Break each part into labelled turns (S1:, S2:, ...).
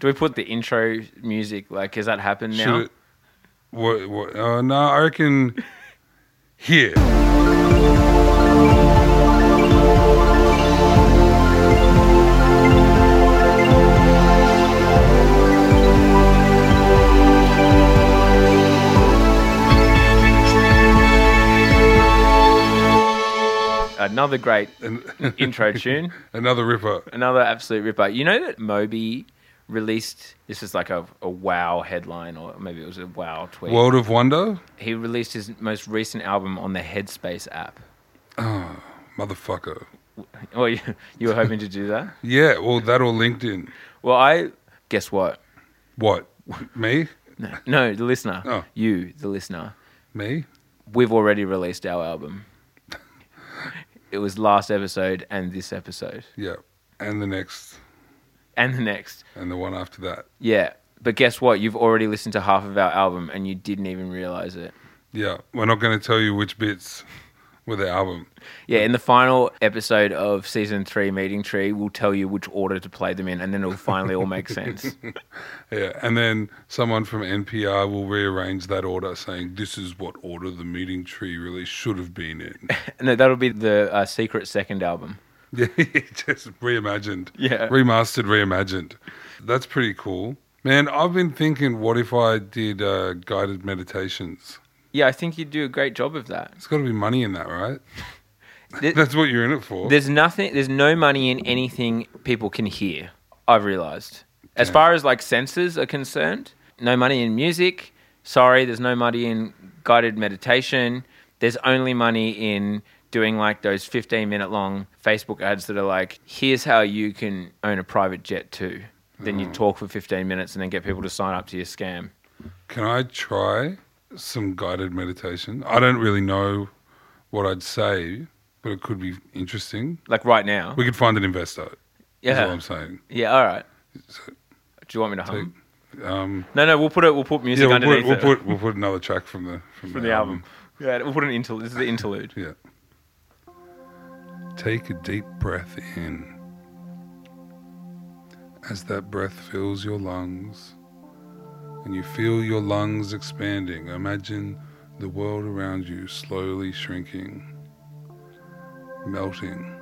S1: Do we put the intro music? Like, has that happened now?
S2: Should it- what? What? Uh, no, I reckon. Here.
S1: Another great
S2: An-
S1: intro tune.
S2: Another ripper.
S1: Another absolute ripper. You know that Moby released this is like a, a wow headline or maybe it was a wow tweet.
S2: World of Wonder?
S1: he released his most recent album on the Headspace app.
S2: Motherfucker.
S1: Well, you, you were hoping to do that.
S2: Yeah, well, that or LinkedIn.
S1: Well, I guess what?
S2: What? Me?
S1: No, no the listener.
S2: Oh.
S1: You, the listener.
S2: Me?
S1: We've already released our album. It was last episode and this episode
S2: Yeah. And the next,
S1: and the next.
S2: and the one after that.
S1: Yeah. But guess what? You've already listened to half of our album and you didn't even realize it.
S2: Yeah. We're not going to tell you which bits were the album.
S1: Yeah, in the final episode of season three, Meeting Tree, we'll tell you which order to play them in, and then it'll finally all make sense.
S2: Yeah. And then someone from NPR will rearrange that order saying, this is what order the meeting tree really should have been in.
S1: No, that'll be the uh, secret second album.
S2: Yeah, just reimagined.
S1: Yeah.
S2: Remastered, reimagined. That's pretty cool. Man, I've been thinking, what if I did uh, guided meditations?
S1: Yeah, I think you'd do a great job of that.
S2: It's got to be money in that, right?
S1: Th-
S2: That's what you're in it for.
S1: There's nothing. There's no money in anything people can hear. I've realised. As
S2: Yeah.
S1: far as like senses are concerned, no money in music. Sorry, there's no money in guided meditation. There's only money in doing like those 15 minute long Facebook ads that are like, here's how you can own a private jet too. Then
S2: Mm.
S1: you talk for 15 minutes and then get people to sign up to your scam.
S2: Can I try some guided meditation? I don't really know what I'd say, but it could be interesting.
S1: Like right now.
S2: We could find an investor. That's
S1: Yeah.
S2: what I'm saying.
S1: Yeah, all right. Do you want me to hum?
S2: Um,
S1: No, no, we'll put it. We'll put music
S2: yeah, we'll
S1: underneath
S2: put, we'll,
S1: it
S2: put, we'll put another track from the from,
S1: from the album. Um, Yeah, we'll put an interlude. This is the interlude.
S2: Yeah. Take a deep breath in. As that breath fills your lungs and you feel your lungs expanding, imagine the world around you slowly shrinking, melting,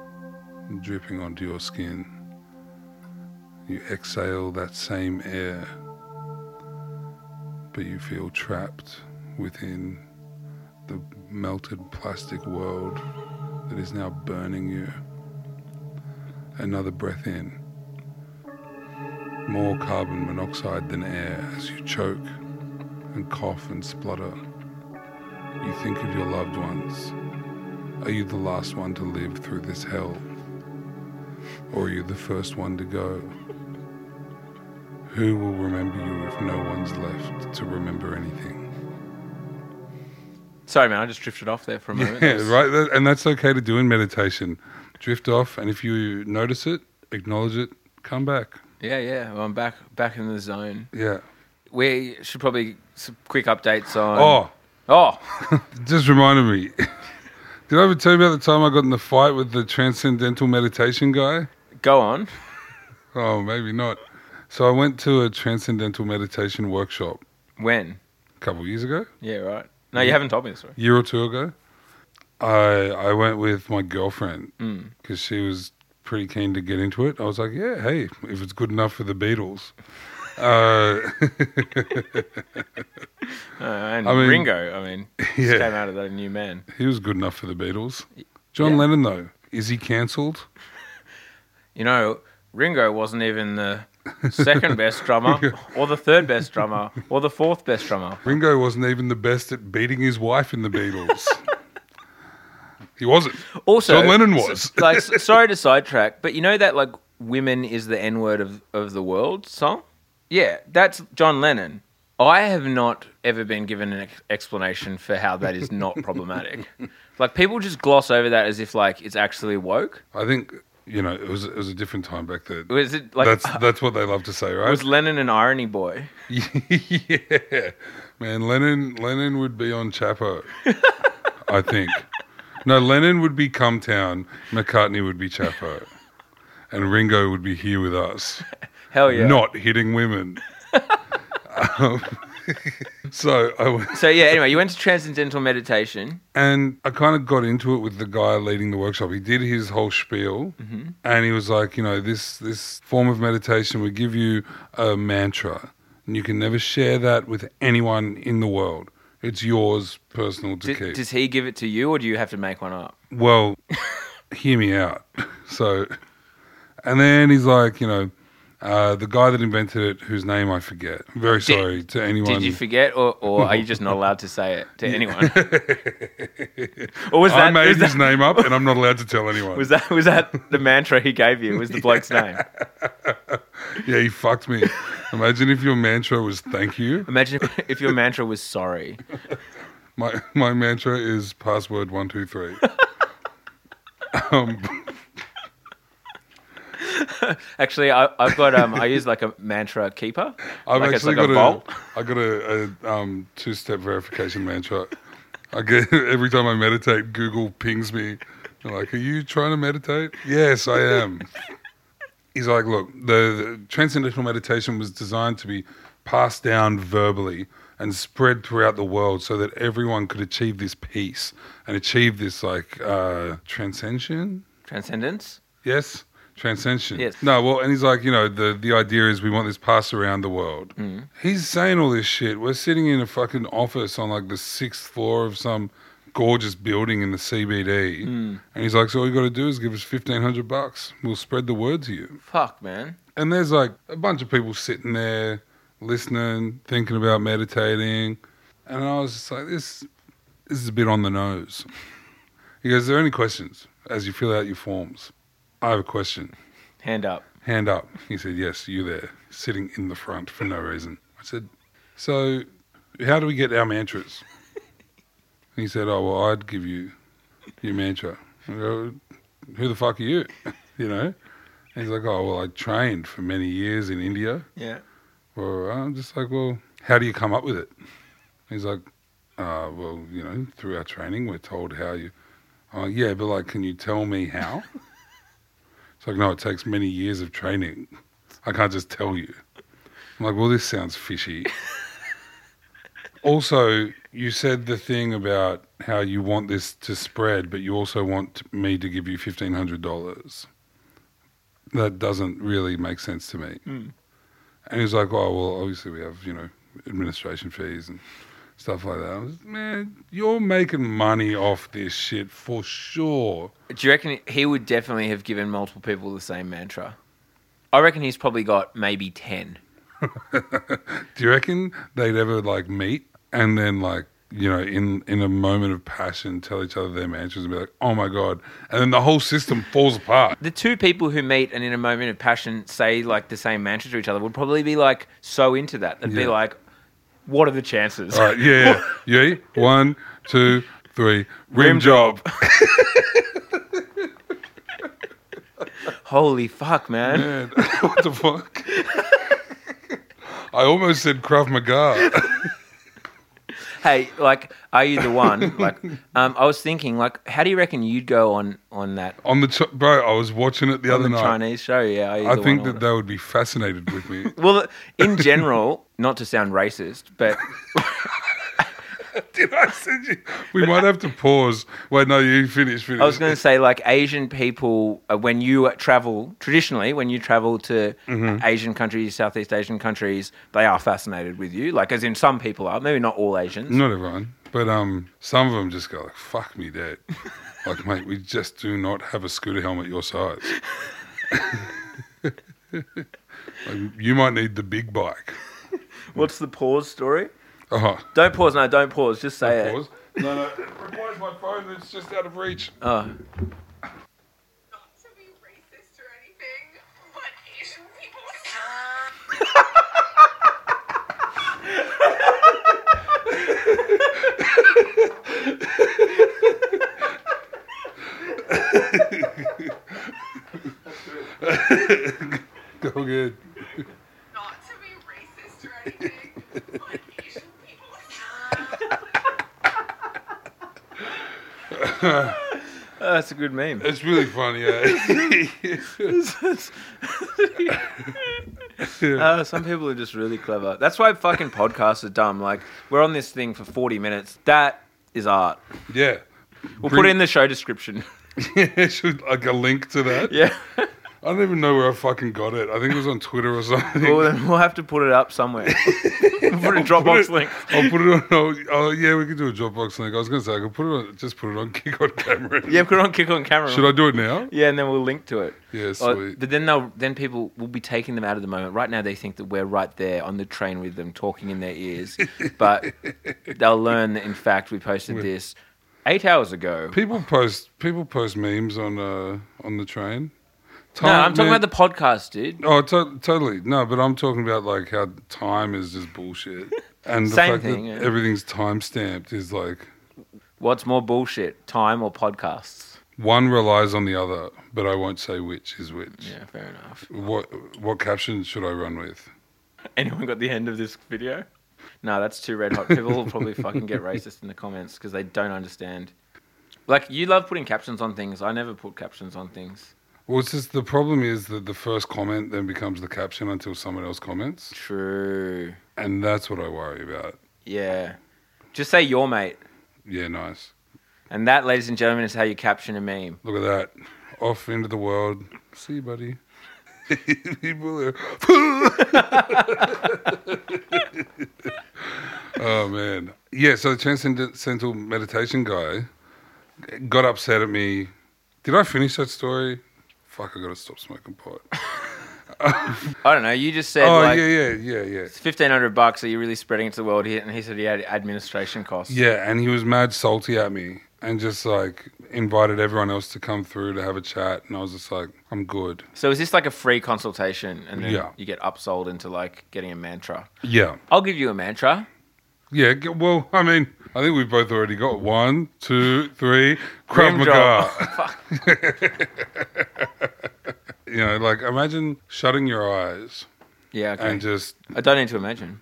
S2: and dripping onto your skin. You exhale that same air, but you feel trapped within the melted plastic world that is now burning you. Another breath in. More carbon monoxide than air as you choke and cough and splutter. You think of your loved ones. Are you the last one to live through this hell? Or are you the first one to go? Who will remember you if no one's left to remember anything?
S1: Sorry, man, I just drifted off there for a moment.
S2: Yeah, right. That, and that's okay to do in meditation. Drift off, and if you notice it, acknowledge it, come back.
S1: Yeah, yeah. Well, I'm back, back in the zone.
S2: Yeah.
S1: We should probably some quick updates on.
S2: Oh,
S1: oh,
S2: just reminded me. Did I ever tell you about the time I got in the fight with the transcendental meditation guy?
S1: go on.
S2: Oh, maybe not. So I went to a transcendental meditation workshop
S1: When?
S2: a couple of years ago,
S1: Yeah, right. No, you haven't told me this story.
S2: year or two ago. I I went with my girlfriend
S1: Mm.
S2: because she was pretty keen to get into it. I was like, yeah, hey, if it's good enough for the Beatles. Uh,
S1: Uh, and
S2: I mean-
S1: Ringo, I mean, just
S2: Yeah.
S1: came out of that a new man.
S2: He was good enough for the Beatles. John
S1: yeah.
S2: Lennon, though, is he cancelled?
S1: You know, Ringo wasn't even the second best drummer, or the third best drummer, or the fourth best drummer.
S2: Ringo wasn't even the best at beating his wife in the Beatles. he wasn't.
S1: Also,
S2: John Lennon was.
S1: s- like, s- sorry to sidetrack, but you know that like "Women is the N word of of the world" song. Yeah, that's John Lennon. I have not ever been given an ex- explanation for how that is not problematic. like people just gloss over that as if like it's actually woke.
S2: I think you know it was it was a different time back then.
S1: Was it like uh,
S2: that's that's what they love to say, right?
S1: was Lennon an irony boy?
S2: yeah, man. Lennon Lennon would be on Chapo, I think. No, Lennon would be Cumtown. McCartney would be Chapo, and Ringo would be here with us,
S1: Hell Oh, yeah.
S2: not hitting women. um, so I went,
S1: So yeah. Anyway, you went to transcendental meditation.
S2: and I kind of got into it with the guy leading the workshop. He did his whole spiel,
S1: Mm-hmm.
S2: and he was like, you know, this this form of meditation would give you a mantra, and you can never share that with anyone in the world. It's yours, personal to
S1: Did,
S2: keep.
S1: Does he give it to you, or do you have to make one up?
S2: well, hear me out. So, and then he's like, you know, uh, the guy that invented it, whose name I forget. I'm very sorry to anyone.
S1: Did you forget, or, or are you just not allowed to say it to anyone? or was
S2: I
S1: that,
S2: made
S1: was,
S2: his
S1: that,
S2: name up, and I'm not allowed to tell anyone.
S1: was that was that the mantra he gave you? Was the bloke's name?
S2: yeah, he fucked me. Imagine if your mantra was "thank you."
S1: Imagine if your mantra was sorry.
S2: My my mantra is password one two three. um,
S1: Actually, I, I've got um, I use like a mantra keeper.
S2: I've
S1: like
S2: actually
S1: it's like a
S2: got
S1: vault.
S2: a, I got a, a um, two step verification mantra. I get every time I meditate, Google pings me. They're like, "Are you trying to meditate?" Yes, I am. He's like, "Look, the, the transcendental meditation was designed to be passed down verbally and spread throughout the world, so that everyone could achieve this peace and achieve this like uh, transcension."
S1: Transcendence.
S2: Yes, transcension.
S1: Yes.
S2: No, well, and he's like, you know, the the idea is we want this passed around the world. He's saying all this shit. We're sitting in a fucking office on like the sixth floor of some gorgeous building in the CBD, and he's like, so all you got to do is give us fifteen hundred bucks. We'll spread the word to you.
S1: Fuck, man.
S2: And there's like a bunch of people sitting there listening, thinking about meditating, and I was just like, this this is a bit on the nose. He goes, "Are there any questions as you fill out your forms?" I have a question.
S1: Hand up.
S2: Hand up. He said, Yes, you there, sitting in the front for no reason. I said, So, how do we get our mantras? he said, Oh, well, I'd give you your mantra. I go, Who the fuck are you? you know? And he's like, Oh, well, I trained for many years in India.
S1: Yeah.
S2: Well, I'm just like, Well, how do you come up with it? He's like, uh, Well, you know, through our training, we're told how you. Oh, yeah, but like, can you tell me how? It's like, no, it takes many years of training. I can't just tell you. I'm like, well, this sounds fishy. also, you said the thing about how you want this to spread, but you also want me to give you $1,500. That doesn't really make sense to me. And he was like, oh, well, obviously we have, you know, administration fees and stuff like that. I was, man, you're making money off this shit for sure.
S1: Do you reckon he would definitely have given multiple people the same mantra? I reckon he's probably got maybe ten.
S2: Do you reckon they'd ever like meet and then like you know in in a moment of passion tell each other their mantras and be like, oh my god, and then the whole system falls apart.
S1: The two people who meet and in a moment of passion say like the same mantra to each other would probably be like so into that. They'd be
S2: Yeah.
S1: like, "What are the chances?"
S2: All right, yeah, yeah, yeah. One, two, three. Rim job.
S1: Holy fuck, man!
S2: Man, what the fuck? I almost said Krav Maga.
S1: Hey, like, are you the one? Like, um, I was thinking, like, how do you reckon you'd go on on that
S2: On the ch- bro, I was watching it the
S1: on
S2: other
S1: the
S2: night.
S1: Chinese show? Yeah, are you
S2: I
S1: the
S2: think
S1: one
S2: that they would be fascinated with me.
S1: Well, in general, not to sound racist, but
S2: Did I send you? We might have to pause. Wait, no, you finish. Finish.
S1: I was going to say, like, Asian people, uh, when you travel, traditionally, when you travel to Asian countries, Southeast Asian countries, they are fascinated with you. Like, as in, some people are, maybe not all Asians.
S2: Not everyone, but um, some of them just go like, "Fuck me, dad." like, mate, we just do not have a scooter helmet your size. like, you might need the big bike.
S1: What's the pause story?
S2: Oh,
S1: Don't pause, no, don't pause. Just say
S2: pause. No, no. Rewind my phone. It's just out of reach.
S1: it. Oh.
S3: not to be racist or anything, but Asian people
S2: Go good.
S3: not to be racist or anything, but Asian people
S1: Oh, Oh, that's a good meme.
S2: It's really funny. eh? Yeah.
S1: Oh, some people are just really clever. That's why fucking podcasts are dumb. Like, we're on this thing for 40 minutes. That is art.
S2: yeah.
S1: We'll put
S2: Bring-
S1: it in the show description.
S2: Should, like a link to that.
S1: yeah.
S2: I don't even know where I fucking got it. I think it was on Twitter or something.
S1: Well, then we'll have to put it up somewhere. We'll put a Dropbox
S2: it-
S1: link.
S2: I'll put it on. Oh, oh yeah, we could do a Dropbox link. I was gonna say I could put it on. Just put it on Kick on Camera.
S1: Yeah, put it on Kick on Camera.
S2: Should I do it now?
S1: Yeah, and then we'll link to it.
S2: Yeah,
S1: Or-
S2: sweet.
S1: but then they'll then people will be taking them out of the moment. Right now, they think that we're right there on the train with them, talking in their ears. but they'll learn that in fact we posted this eight hours ago.
S2: People post people post memes on uh on the train.
S1: No, I'm talking
S2: man-
S1: about the podcast, dude.
S2: Oh, to- totally. No, but I'm talking about like how time is just bullshit, and the
S1: Same
S2: fact
S1: thing,
S2: that
S1: yeah.
S2: everything's time stamped is like
S1: What's more bullshit, time or podcasts?
S2: one relies on the other, but I won't say which is which.
S1: Yeah, fair enough.
S2: What what caption should I run with?
S1: Anyone got the end of this video? No, that's too red hot. People will probably fucking get racist in the comments because they don't understand. Like you love putting captions on things. I never put captions on things.
S2: Well, it's just the problem is that the first comment then becomes the caption until someone else comments,
S1: True.
S2: and that's what I worry about.
S1: Yeah. Just say your mate.
S2: Yeah, nice.
S1: And that, ladies and gentlemen, is how you caption a meme.
S2: Look at that. Off into the world. See you, buddy. People are. oh, Oh, man. Yeah, so the Transcendental Meditation guy got upset at me. Did I finish that story? Fuck, I gotta stop smoking pot.
S1: I don't know. You just said,
S2: Oh,
S1: like,
S2: yeah, yeah, yeah, yeah.
S1: it's 1500 bucks. Are you really spreading it to the world here? And he said he had administration costs.
S2: Yeah, and he was mad salty at me and just like invited everyone else to come through to have a chat. And I was just like, I'm good.
S1: So is this like a free consultation? And then
S2: Yeah.
S1: you get upsold into like getting a mantra.
S2: Yeah.
S1: I'll give you a mantra.
S2: Yeah, g- well, I mean, I think we've both already got one, two, three, Krav
S1: Rim
S2: Maga.
S1: job. Fuck.
S2: You know, like imagine shutting your eyes
S1: Yeah, okay.
S2: and just
S1: I don't need to imagine.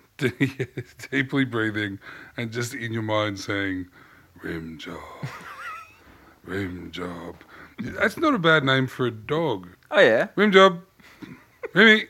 S2: deeply breathing and just in your mind saying, Rim job, rim job. That's not a bad name for a dog.
S1: Oh, yeah.
S2: Rim job. Remy.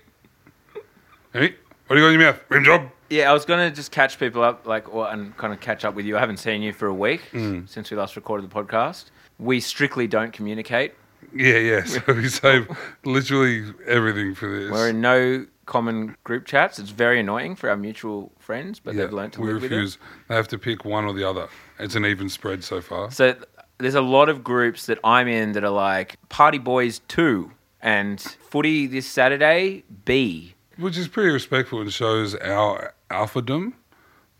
S2: Remy, what do you got in your mouth? Rim job.
S1: Yeah, I was going to just catch people up, like, or, and kind of catch up with you. I haven't seen you for a week
S2: Mm.
S1: since we last recorded the podcast. We strictly don't communicate.
S2: Yeah, yeah. So we save literally everything for this.
S1: We're in no common group chats. It's very annoying for our mutual friends, but
S2: Yeah,
S1: they've learned to
S2: we
S1: live
S2: refuse. They have to pick one or the other. It's an even spread so far.
S1: with it. So th- there's a lot of groups that I'm in that are like Party Boys 2 and Footy this Saturday B.
S2: Which is pretty respectful and shows our alphadom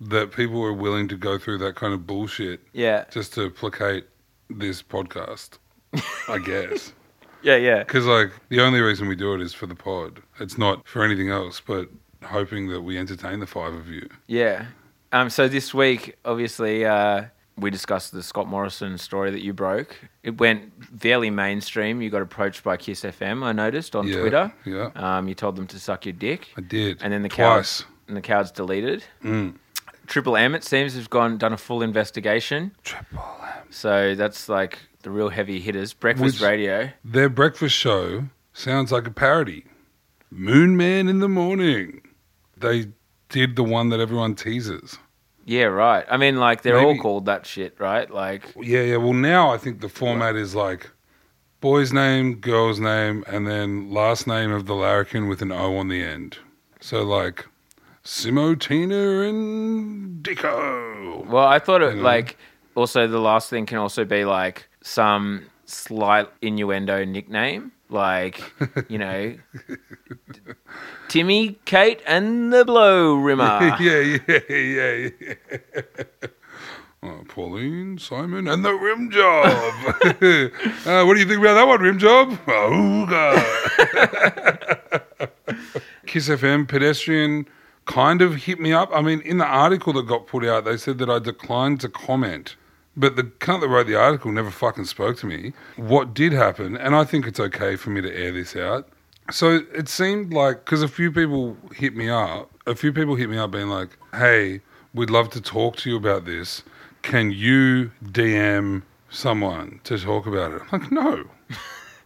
S2: that people are willing to go through that kind of bullshit
S1: Yeah.
S2: just to placate this podcast, I guess.
S1: Yeah, yeah.
S2: Because, like, the only reason we do it is for the pod. It's not for anything else, but hoping that we entertain the five of you.
S1: Yeah. Um, so this week, obviously, uh, we discussed the Scott Morrison story that you broke. It went fairly mainstream. You got approached by Kiss FM, I noticed, on
S2: Yeah,
S1: Twitter.
S2: yeah.
S1: Um, you told them to suck your dick.
S2: I did.
S1: and then the
S2: Twice. Mm.
S1: cows and the cows deleted. Triple M, it seems, have gone done a full investigation.
S2: Triple M.
S1: So that's like the real heavy hitters. Breakfast
S2: Which-
S1: Radio.
S2: Their breakfast show sounds like a parody. Moon Man in the morning. They did the one that everyone teases.
S1: Yeah, right. I mean, like they're all
S2: Maybe-
S1: called that shit, right? Like,
S2: Yeah, yeah. Well, now I think the format is like boy's name, girl's name, and then last name of the larrikin with an O on the end. So like Simo, Tina, and Dicko.
S1: well, I thought it
S2: Hang on.
S1: like also the last thing can also be like some slight innuendo nickname, like you know, Timmy, Kate, and the Blow Rimmer.
S2: yeah, yeah, yeah, yeah. Uh, Pauline, Simon, and the rim job. uh, what do you think about that one, rim job? Ooga. Kiss FM pedestrian kind of hit me up. I mean, in the article that got put out, they said that I declined to comment. But the cunt that wrote the article never fucking spoke to me. What did happen, and I think it's okay for me to air this out. So it seemed like, because a few people hit me up, a few people hit me up being like, hey, we'd love to talk to you about this. Can you DM someone to talk about it. I'm like, no,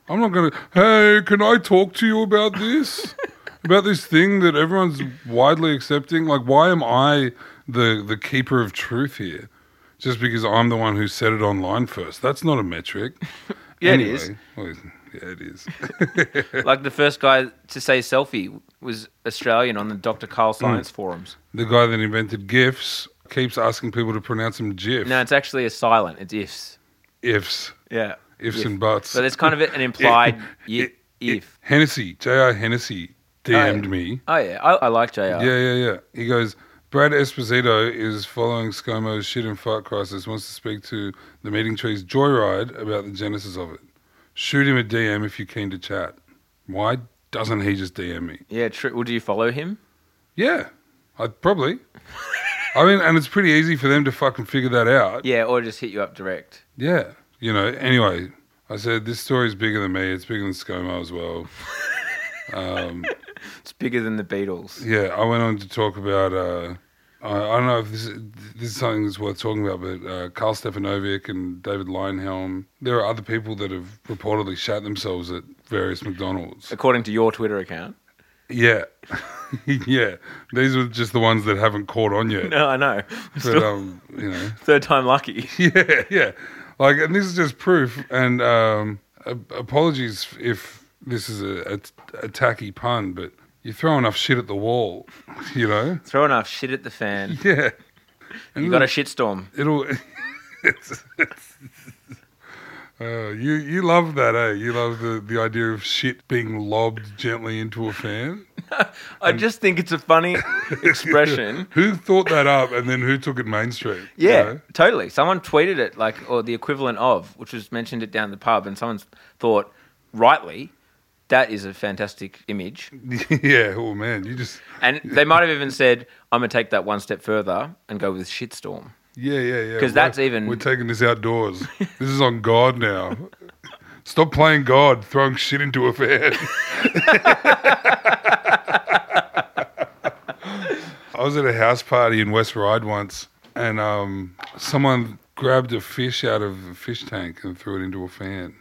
S2: I'm not going to. Hey, can I talk to you about this? about this thing that everyone's widely accepting? Like, why am I the the keeper of truth here? Just because I'm the one who said it online first? That's not a metric.
S1: Yeah, it is.
S2: well, yeah, it is.
S1: like the first guy to say selfie was Australian on the Dr. Carl
S2: Mm.
S1: Science forums.
S2: the guy that invented GIFs keeps asking people to pronounce them GIF.
S1: No, it's actually a silent. It's ifs.
S2: Ifs.
S1: Yeah.
S2: Ifs
S1: If.
S2: and buts.
S1: So there's kind of an implied y-
S2: it-
S1: if.
S2: Hennessy, J.R. Hennessy DM'd
S1: Oh, yeah.
S2: me.
S1: Oh, yeah. I, I like JR.
S2: Yeah, yeah, yeah. He goes, Brad Esposito is following ScoMo's shit and fart crisis, wants to speak to the Meeting Trees Joyride about the genesis of it. Shoot him a DM if you're keen to chat. Why doesn't he just DM me?
S1: Yeah, true. Well, do you follow him?
S2: Yeah, I probably. I mean, and it's pretty easy for them to fucking figure that out.
S1: Yeah, or just hit you up direct.
S2: Yeah. You know, anyway, I said, this story's bigger than me. It's bigger than ScoMo as well.
S1: It's bigger than the Beatles.
S2: Yeah, I went on to talk about, uh, I, I don't know if this is, this is something that's worth talking about, but uh, Carl Stefanovic and David Leinhelm, there are other people that have reportedly shat themselves at various McDonald's.
S1: According to your Twitter account.
S2: Yeah. yeah. These are just the ones that haven't caught on yet.
S1: No, I know.
S2: But,
S1: Still
S2: um, you know.
S1: third time lucky.
S2: yeah, yeah. Like, and this is just proof. And um, a- apologies if this is a, a, a tacky pun, but you throw enough shit at the wall, you know.
S1: Throw enough shit at the fan.
S2: Yeah,
S1: You got a shitstorm.
S2: it'll. it's, it's, uh, you you love that, eh? You love the, the idea of shit being lobbed gently into a fan.
S1: I just think it's a funny expression.
S2: who thought that up, and then who took it mainstream? you
S1: Yeah,
S2: know?
S1: totally. Someone tweeted it like, or the equivalent of, which was mentioned it down the pub, and someone thought, rightly, that is a fantastic image.
S2: yeah. Oh man, you just
S1: And they might have even said, I'm going to take that one step further and go with shitstorm.
S2: Yeah, yeah, yeah.
S1: 'Cause
S2: We're-
S1: that's even-
S2: We're taking this outdoors. this is on God now. Stop playing God, throwing shit into a fan. I was at a house party in West Ryde once, and um, someone grabbed a fish out of a fish tank and threw it into a fan.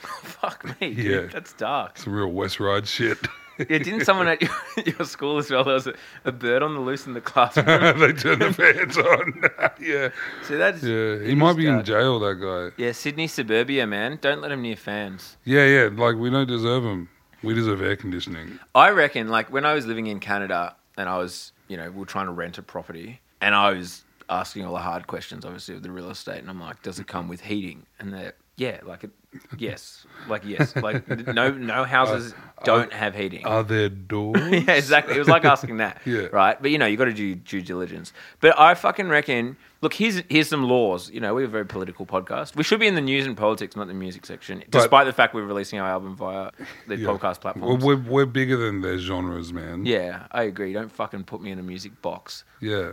S1: Fuck me, dude.
S2: Yeah.
S1: That's dark.
S2: It's a real West Ryde shit.
S1: Yeah, didn't someone at your, your school as well, there was a, a bird on the loose in the classroom?
S2: they turned the fans on. yeah,
S1: See, that's.
S2: yeah. He might be in
S1: dark.
S2: jail. That guy.
S1: Yeah, Sydney suburbia, man. Don't let him near fans.
S2: Yeah, yeah. Like we don't deserve him. We deserve air conditioning.
S1: I reckon, like, when I was living in Canada and I was, you know, we were trying to rent a property and I was asking all the hard questions, obviously, of the real estate. And I'm like, does it come with heating? And they're, yeah, like, it, yes. Like, yes. Like, no, no houses don't have heating.
S2: Are there doors?
S1: yeah, exactly. It was like asking that.
S2: Yeah.
S1: Right. But you know, you got to do due diligence. But I fucking reckon. Look, here's here's some laws. You know, we're a very political podcast. We should be in the news and politics, not the music section. Despite the fact we're releasing our album via the
S2: Yeah.
S1: podcast
S2: Well,
S1: platforms.
S2: we're, we're bigger than their genres, man.
S1: yeah, I agree. Don't fucking put me in a music box.
S2: Yeah.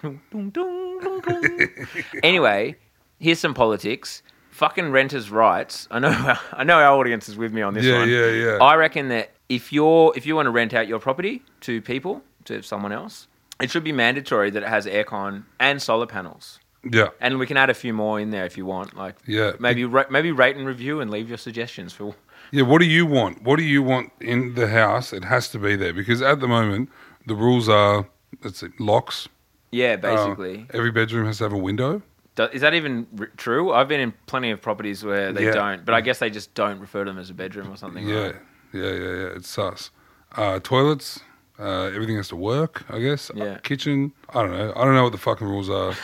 S1: Dung, dung, dung, dung. anyway, here's some politics. Fucking renters' rights. I know. I know our audience is with me on this
S2: Yeah,
S1: one.
S2: yeah, yeah.
S1: I reckon that if you're if you want to rent out your property to people to someone else, it should be mandatory that it has aircon and solar panels.
S2: Yeah.
S1: And we can add a few more in there if you want. Like
S2: Yeah.
S1: maybe ra- maybe rate and review and leave your suggestions for.
S2: Yeah. What do you want? What do you want in the house? It has to be there because at the moment, the rules are let's see, locks.
S1: Yeah,
S2: Uh,
S1: basically.
S2: every bedroom has to have a window.
S1: Do- is that even r- true? I've been in plenty of properties where they
S2: Yeah.
S1: don't, but I guess they just don't refer to them as a bedroom or something.
S2: Yeah.
S1: right?
S2: Yeah. Yeah. Yeah. It's sus. Uh, toilets. Uh, everything has to work, I guess. Uh,
S1: Yeah.
S2: kitchen. I don't know. I don't know what the fucking rules are,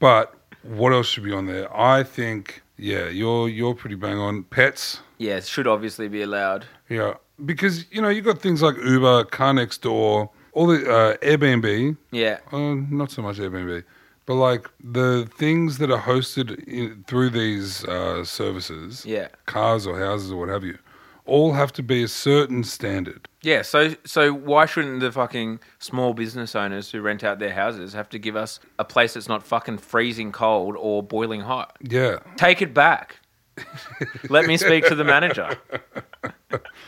S2: but what else should be on there? I think. Yeah, you're you're pretty bang on. Pets.
S1: Yeah, it should obviously be allowed.
S2: Yeah, because you know you got things like Uber, Car Next Door, all the uh, Airbnb.
S1: Yeah.
S2: Uh, not so much Airbnb, but like the things that are hosted in, through these uh, services,
S1: Yeah.
S2: cars or houses or what have you, all have to be a certain standard.
S1: Yeah, so so why shouldn't the fucking small business owners who rent out their houses have to give us a place that's not fucking freezing cold or boiling hot?
S2: Yeah,
S1: Take it back. Let me speak to the manager.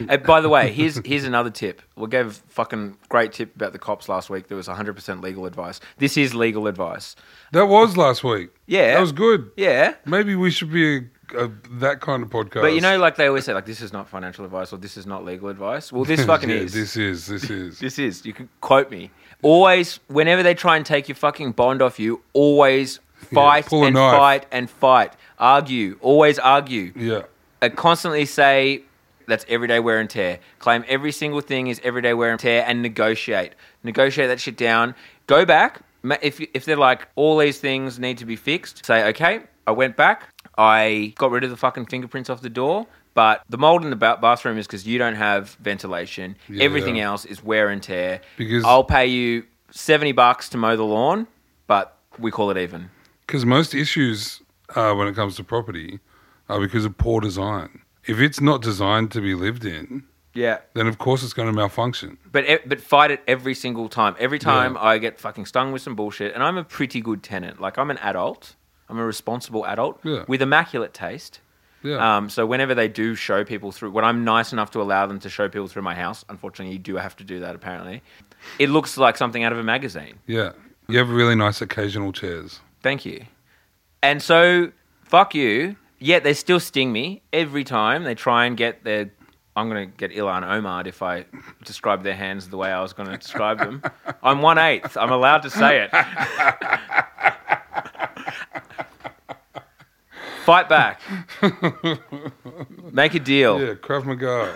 S1: Uh, by the way, here's here's another tip. We gave a fucking great tip about the cops last week. There was 100% legal advice. This is legal advice.
S2: That was last week.
S1: Yeah.
S2: That was good.
S1: Yeah.
S2: Maybe we should be a, a, that kind of podcast.
S1: But you know, like they always say, like this is not financial advice or this is not legal advice. Well, this fucking
S2: Yeah,
S1: is.
S2: This is. This is.
S1: This is. You can quote me. Always, whenever they try and take your fucking bond off you, always fight
S2: pull a
S1: and
S2: knife.
S1: fight and fight. Argue. Always argue.
S2: yeah.
S1: I constantly say that's everyday wear and tear. Claim every single thing is everyday wear and tear and negotiate. Negotiate that shit down. Go back. Ma- If, if they're like, all these things need to be fixed, say, okay, I went back. I got rid of the fucking fingerprints off the door, but the mold in the ba- bathroom is because you don't have ventilation.
S2: Yeah.
S1: Everything else is wear and tear.
S2: Because-
S1: I'll pay you 70 bucks to mow the lawn, but we call it even.
S2: Because most issues uh, when it comes to property are because of poor design. If it's not designed to be lived in,
S1: Yeah.
S2: then of course it's going to malfunction.
S1: But e- but fight it every single time. Every time I get fucking stung with some bullshit, and I'm a pretty good tenant. Like I'm an adult. I'm a responsible adult
S2: Yeah.
S1: with immaculate taste.
S2: Yeah.
S1: Um, so whenever they do show people through, when I'm nice enough to allow them to show people through my house, unfortunately, you do have to do that. Apparently, it looks like something out of a magazine.
S2: yeah. You have really nice occasional chairs.
S1: Thank you. And so, fuck you. Yet they still sting me every time they try and get their. I'm going to get Ilan Omar if I describe their hands the way I was going to describe them. I'm one eighth. I'm allowed to say it. Fight back. Make a deal.
S2: Yeah, Krav Maga.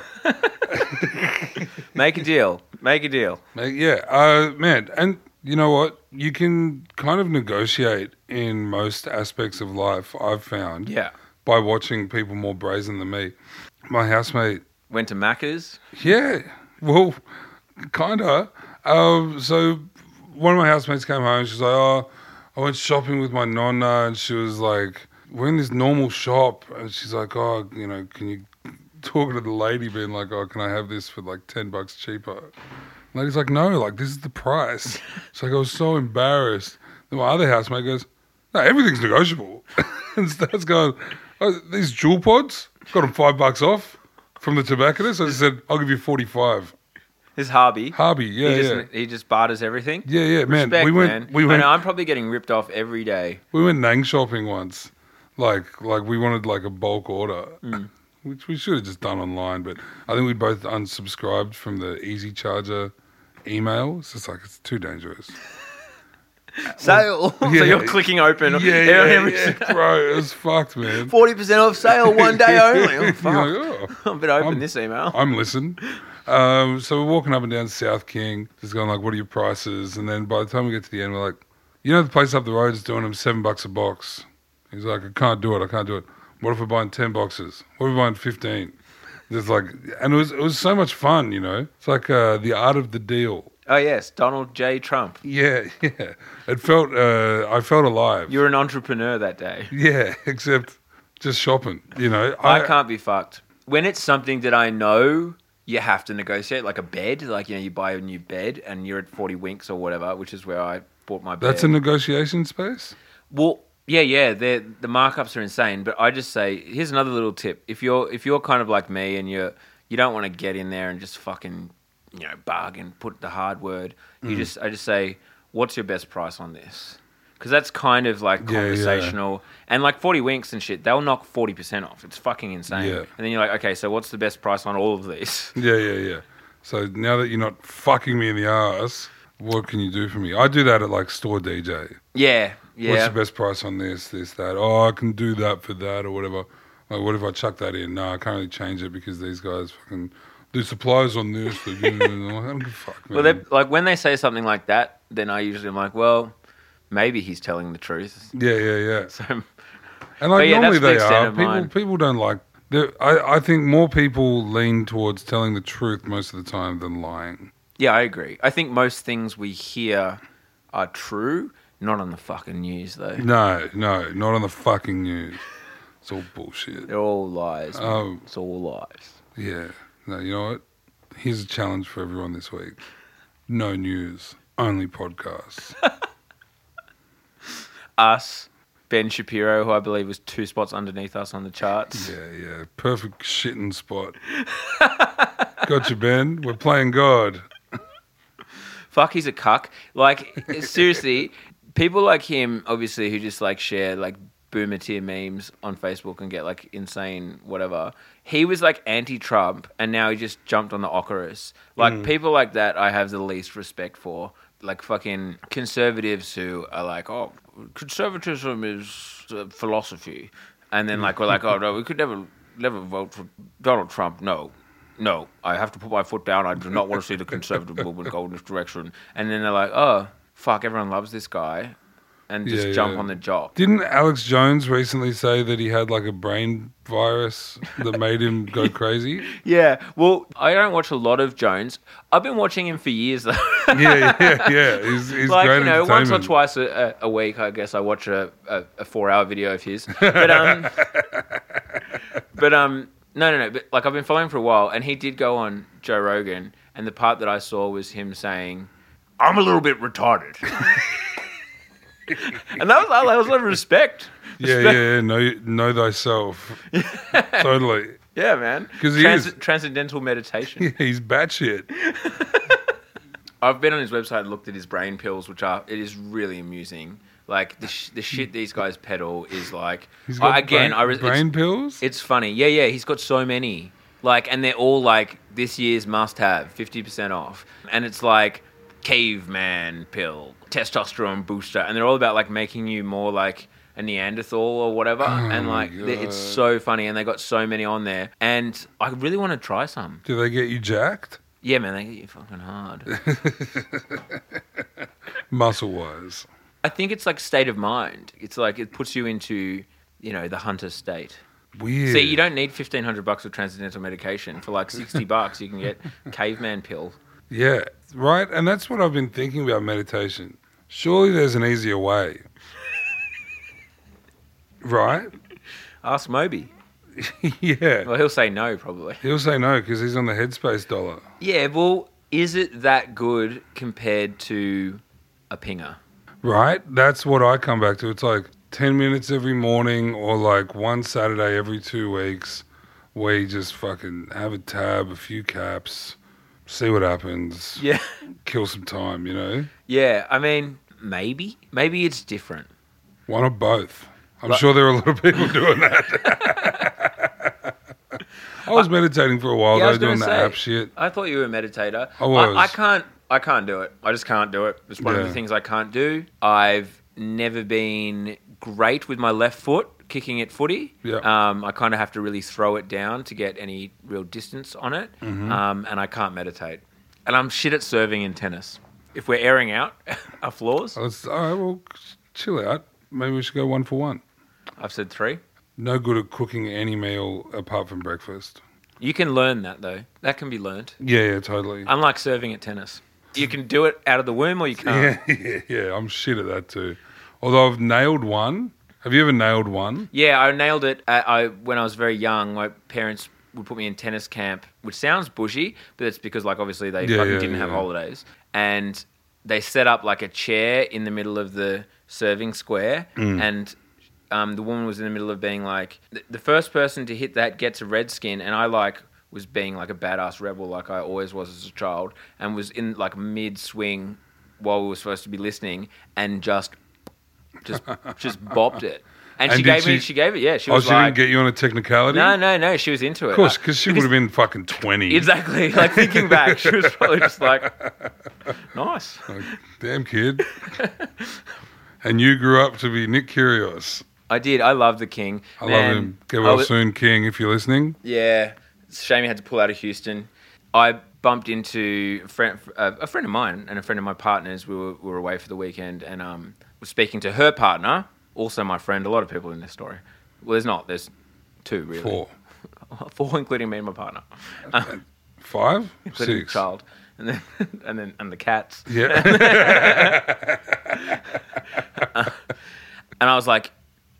S1: Make a deal. Make a deal.
S2: Mate, yeah, uh, man, and you know what? You can kind of negotiate in most aspects of life. I've found
S1: Yeah.
S2: by watching people more brazen than me. My housemate,
S1: Went to Macca's.
S2: yeah, well, kinda. Um, so one of my housemates came home. She's like, "Oh, I went shopping with my nonna," and she was like, "We're in this normal shop," and she's like, "Oh, you know, can you?" Talking to the lady, being like, "Oh, can I have this for like ten bucks cheaper?" Lady's like, no, like this is the price. It's like I was so embarrassed. Then my other housemate goes, no, everything's negotiable. and starts going, oh, these jewel pods got them five bucks off from the tobacconist. I said, I'll give you forty-five.
S1: This is Harvey.
S2: Harvey, yeah,
S1: he, just,
S2: yeah,
S1: he just barters everything.
S2: yeah, yeah, man.
S1: Respect,
S2: we went,
S1: man.
S2: we
S1: I
S2: went,
S1: know, I'm probably getting ripped off every day.
S2: we went Nang shopping once. Like, like we wanted like a bulk order,
S1: Mm.
S2: which we should have just done online. But I think we both unsubscribed from the Easy Charger email. It's just like it's too dangerous.
S1: Sale.
S2: yeah,
S1: so you're
S2: yeah.
S1: clicking open.
S2: Yeah, yeah, yeah, bro, it was fucked, man.
S1: Forty percent off sale one day only. Oh, fuck.
S2: You're like,
S1: I'm gonna open
S2: I'm-
S1: this email.
S2: I'm listening. Um, so we're walking up and down South King, just going like, "What are your prices?" And then by the time we get to the end, we're like, "You know, the place up the road is doing them seven bucks a box." He's like, "I can't do it. I can't do it. What if we're buying ten boxes? What if we're buying 15? Just like, and it was it was so much fun, you know. It's like uh, the art of the deal.
S1: Oh yes, Donald J. Trump.
S2: Yeah, yeah. It felt uh, I felt alive.
S1: You're an entrepreneur that day.
S2: yeah, except just shopping, you know.
S1: I, can't be fucked. When it's something that I know you have to negotiate, like a bed, like you know, you buy a new bed and you're at forty winks or whatever, which is where I bought my bed.
S2: That's a negotiation space.
S1: Well, yeah, yeah, they're- the markups are insane. But I just say, here's another little tip: if you're if you're kind of like me and you're you don't want to get in there and just fucking you know bargain, put the hard word,
S2: Mm.
S1: you just I just say, what's your best price on this? Because that's kind of like
S2: Yeah, yeah.
S1: conversational and like forty winks and shit. They'll knock forty percent off. It's fucking insane.
S2: Yeah.
S1: And then you're like, okay, so what's the best price on all of these?
S2: Yeah, yeah, yeah. So now that you're not fucking me in the ass, what can you do for me? I do that at like store DJ.
S1: Yeah, yeah.
S2: What's the best price on this, this, that? Oh, I can do that for that or whatever. Like, what if I chuck that in? No, I can't really change it because these guys fucking do suppliers on this. They do, and I'm like, I don't give a fuck,
S1: Well,
S2: man.
S1: they like when they say something like that, then I usually am like, well, maybe he's telling the truth.
S2: yeah, yeah, yeah.
S1: So
S2: And like
S1: But yeah,
S2: normally
S1: that's the
S2: they
S1: extent
S2: are.
S1: of
S2: People
S1: mine.
S2: people don't like. they're- I I think more people lean towards telling the truth most of the time than lying.
S1: Yeah, I agree. I think most things we hear are true, not on the fucking news though.
S2: No, no, not on the fucking news. It's all bullshit.
S1: They're all lies. man.
S2: Oh.
S1: It's all lies.
S2: Yeah. No, you know what? Here's a challenge for everyone this week. No news, only podcasts.
S1: Us Ben Shapiro, who I believe was two spots underneath us on the charts.
S2: Yeah, yeah. Perfect shitting spot. gotcha, Ben. We're playing God.
S1: Fuck, he's a cuck. Like, seriously, people like him, obviously, who just like share like boomer tier memes on Facebook and get like insane whatever. He was like anti Trump and now he just jumped on the Ocarus. Like, people like that I have the least respect for. Like, fucking conservatives who are like, oh, conservatism is uh, philosophy. And then, like, we're like, oh, no, we could never, never vote for Donald Trump. No, no, I have to put my foot down. I do not want to see the conservative movement go in this direction. And then they're like, oh, fuck, everyone loves this guy. And just
S2: Yeah,
S1: jump
S2: yeah.
S1: on the job.
S2: Didn't Alex Jones recently say that he had like a brain virus that made him go crazy?
S1: Yeah. Well, I don't watch a lot of Jones. I've been watching him for years, though.
S2: Yeah, yeah, yeah. He's, he's
S1: like,
S2: great
S1: you know, once or
S2: entertainment.
S1: twice a, a, a week, I guess I watch a, a, a four hour video of his. But, um, but, um, no, no, no. But, like, I've been following for a while, and he did go on Joe Rogan, and the part that I saw was him saying, I'm a little bit retarded. and that was, that was a lot of respect.
S2: Yeah, yeah, yeah. Know, know thyself. totally.
S1: Yeah, man.
S2: 'Cause he is-
S1: Transcendental meditation.
S2: Yeah, he's batshit.
S1: I've been on his website and looked at his brain pills, which are it is really amusing. Like the sh- the shit these guys peddle is like
S2: He's
S1: I- Uh, again.
S2: brain,
S1: I was
S2: brain
S1: it's,
S2: pills.
S1: it's funny. Yeah, yeah. He's got so many. Like, and they're all like this year's must have, fifty percent off, and it's like caveman pill, testosterone booster, and they're all about like making you more like a Neanderthal or whatever. and
S2: Oh my
S1: like they- it's
S2: God.
S1: so funny, and they got so many on there, and I really want to try some.
S2: Do they get you jacked?
S1: Yeah, man, they get you fucking hard.
S2: Muscle wise.
S1: I think it's like state of mind. It's like it puts you into, you know, the hunter state.
S2: Weird.
S1: See, you don't need fifteen hundred bucks of transcendental medication. For like sixty bucks, you can get caveman pill.
S2: Yeah, right. And that's what I've been thinking about meditation. Surely there's an easier way. right?
S1: Ask Moby.
S2: yeah.
S1: Well, he'll say no probably.
S2: He'll say no because he's on the headspace dollar.
S1: Yeah. Well, is it that good compared to a pinger?
S2: Right? That's what I come back to. It's like 10 minutes every morning or like one Saturday every two weeks where you just fucking have a tab, a few caps, see what happens,
S1: Yeah.
S2: kill some time, you know?
S1: Yeah. I mean, maybe. Maybe it's different.
S2: One or both. I'm sure there are a lot of people doing that. I was meditating for a while
S1: Yeah, I
S2: though,
S1: was gonna
S2: doing the
S1: say.
S2: app shit.
S1: I thought you were a meditator.
S2: I was.
S1: I, can't. I can't do it. I just can't do it. It's one of
S2: Yeah.
S1: the things I can't do. I've never been great with my left foot kicking at footy.
S2: Yeah.
S1: Um, I kind of have to really throw it down to get any real distance on it.
S2: Mm-hmm.
S1: Um, and I can't meditate. And I'm shit at serving in tennis. If we're airing out our flaws,
S2: I was, all right, well, chill out. Maybe we should go one for one.
S1: I've said three.
S2: No good at cooking any meal apart from breakfast.
S1: You can learn that though. That can be learned.
S2: Yeah, yeah, totally.
S1: Unlike serving at tennis, you can do it out of the womb or you can't.
S2: yeah, yeah, yeah, I'm shit at that too. Although I've nailed one. Have you ever nailed one?
S1: Yeah, I nailed it. I, I when I was very young, my parents would put me in tennis camp, which sounds bushy, but it's because like obviously they
S2: Yeah,
S1: fucking
S2: yeah,
S1: didn't have
S2: yeah.
S1: holidays, and they set up like a chair in the middle of the serving square,
S2: Mm.
S1: and um, the woman was in the middle of being like, the, the first person to hit that gets a red skin, and I like was being like a badass rebel like I always was as a child, and was in like mid swing while we were supposed to be listening, and just just just bopped it. And,
S2: And
S1: she
S2: did
S1: gave me
S2: she-
S1: she gave it, yeah. She
S2: Oh,
S1: was
S2: she
S1: like,
S2: didn't get you on a technicality?
S1: no, no, no. She was into it.
S2: Of course, cause she would have been fucking 20.
S1: exactly. Like thinking back, she was probably just like, nice.
S2: Like, damn kid. and you grew up to be Nick Curios.
S1: I did. I love the King.
S2: I
S1: Man,
S2: love him. Get
S1: I
S2: well
S1: was-
S2: soon, King, if you're listening.
S1: Yeah, it's a shame he had to pull out of Houston. I bumped into a friend, uh, a friend of mine and a friend of my partner's. We were, we were away for the weekend and um, was speaking to her partner, also my friend. A lot of people in this story. Well, there's not. There's two really.
S2: Four.
S1: Four, including me and my partner.
S2: Five?
S1: including
S2: Six.
S1: the child, and then and then and the cats.
S2: Yeah.
S1: And I was like,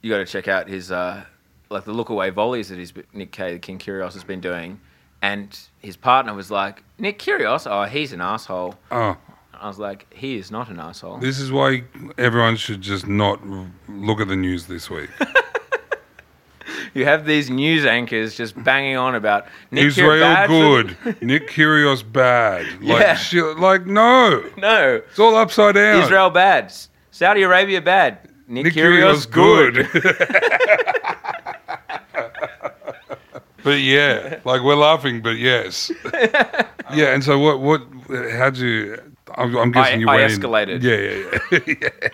S1: you got to check out his uh, like the look away volleys that he's been- Nick K, the King Curios, has been doing. And his partner was like, Nick Curios, oh he's an asshole.
S2: oh.
S1: I was like, he is not an asshole.
S2: This is why everyone should just not r- look at the news this week.
S1: You have these news anchors just banging on about Nick, you're
S2: Israel
S1: bad for
S2: good, Nick Kyrgios bad. Like
S1: Yeah.
S2: shit, like no,
S1: the- No,
S2: it's all upside down.
S1: Israel bad, Saudi Arabia bad, Nick,
S2: Nick
S1: Kyrgios, good.
S2: Kyrgios good. but yeah, like we're laughing, but yes, yeah. And so what? What? How'd you? I'm, I'm guessing you
S1: I
S2: went in-
S1: escalated.
S2: Yeah, yeah,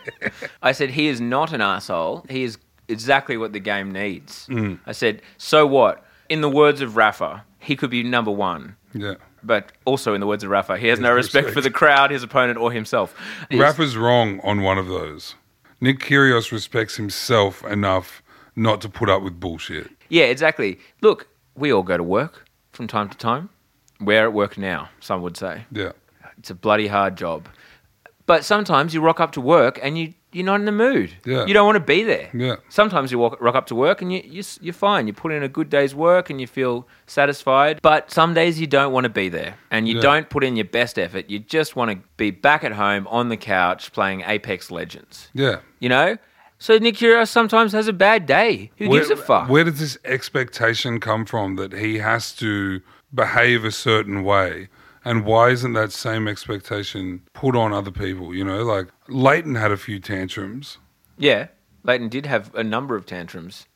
S2: yeah.
S1: I said he is not an asshole. He is exactly what the game needs. I said, so what? In the words of Rafa, he could be number one.
S2: yeah.
S1: But also, in the words of Rafa, he has no
S2: no
S1: respect
S2: respect.
S1: for the crowd, his opponent, or himself. He's-
S2: Rafa's wrong on one of those. Nick Kyrgios respects himself enough not to put up with bullshit.
S1: Yeah, exactly. Look, we all go to work from time to time. We're at work now, some would say.
S2: Yeah.
S1: It's a bloody hard job. But sometimes you rock up to work and you, you're not in the mood.
S2: Yeah.
S1: You don't want to be there.
S2: Yeah.
S1: Sometimes you walk, rock up to work and you, you, s- you're fine. You put in a good day's work and you feel satisfied. But some days you don't want to be there and you
S2: Yeah.
S1: don't put in your best effort. You just want to be back at home on the couch playing Apex Legends,
S2: Yeah.
S1: you know? So Nick Kyrgios sometimes has a bad day. Who gives a fuck?
S2: Where does this expectation come from that he has to behave a certain way? And why isn't that same expectation put on other people? You know, like Leighton had a few tantrums.
S1: Yeah, Leighton did have a number of tantrums.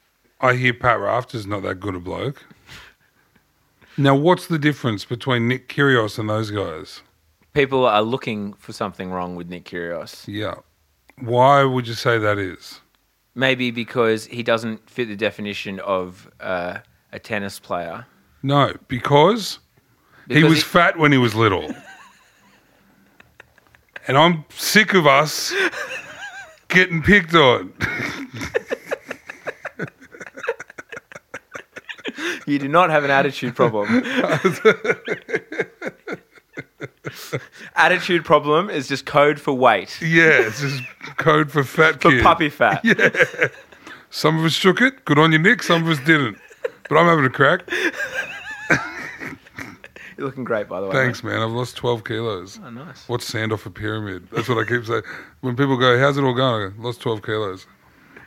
S2: I hear Pat Rafter's not that good a bloke. Now, what's the difference between Nick Kyrgios and those guys?
S1: People are looking for something wrong with Nick Kyrgios.
S2: Yeah. Why would you say that is?
S1: Maybe because he doesn't fit the definition of uh, a tennis player.
S2: No, because, he
S1: Because
S2: was
S1: he-
S2: fat when he was little. and I'm sick of us getting picked on.
S1: You do not have an attitude problem. attitude problem is just code for weight,
S2: yeah, it's just code for fat
S1: for
S2: kid.
S1: puppy fat.
S2: Some of us shook it. Good on you, Nick. Some of us didn't. But I'm having a crack.
S1: You're looking great, by the way.
S2: Thanks, man. I've lost 12 kilos.
S1: mate. Oh, nice.
S2: What's sand off a pyramid? That's what I keep saying. When people go, how's it all going? I go, lost 12 kilos.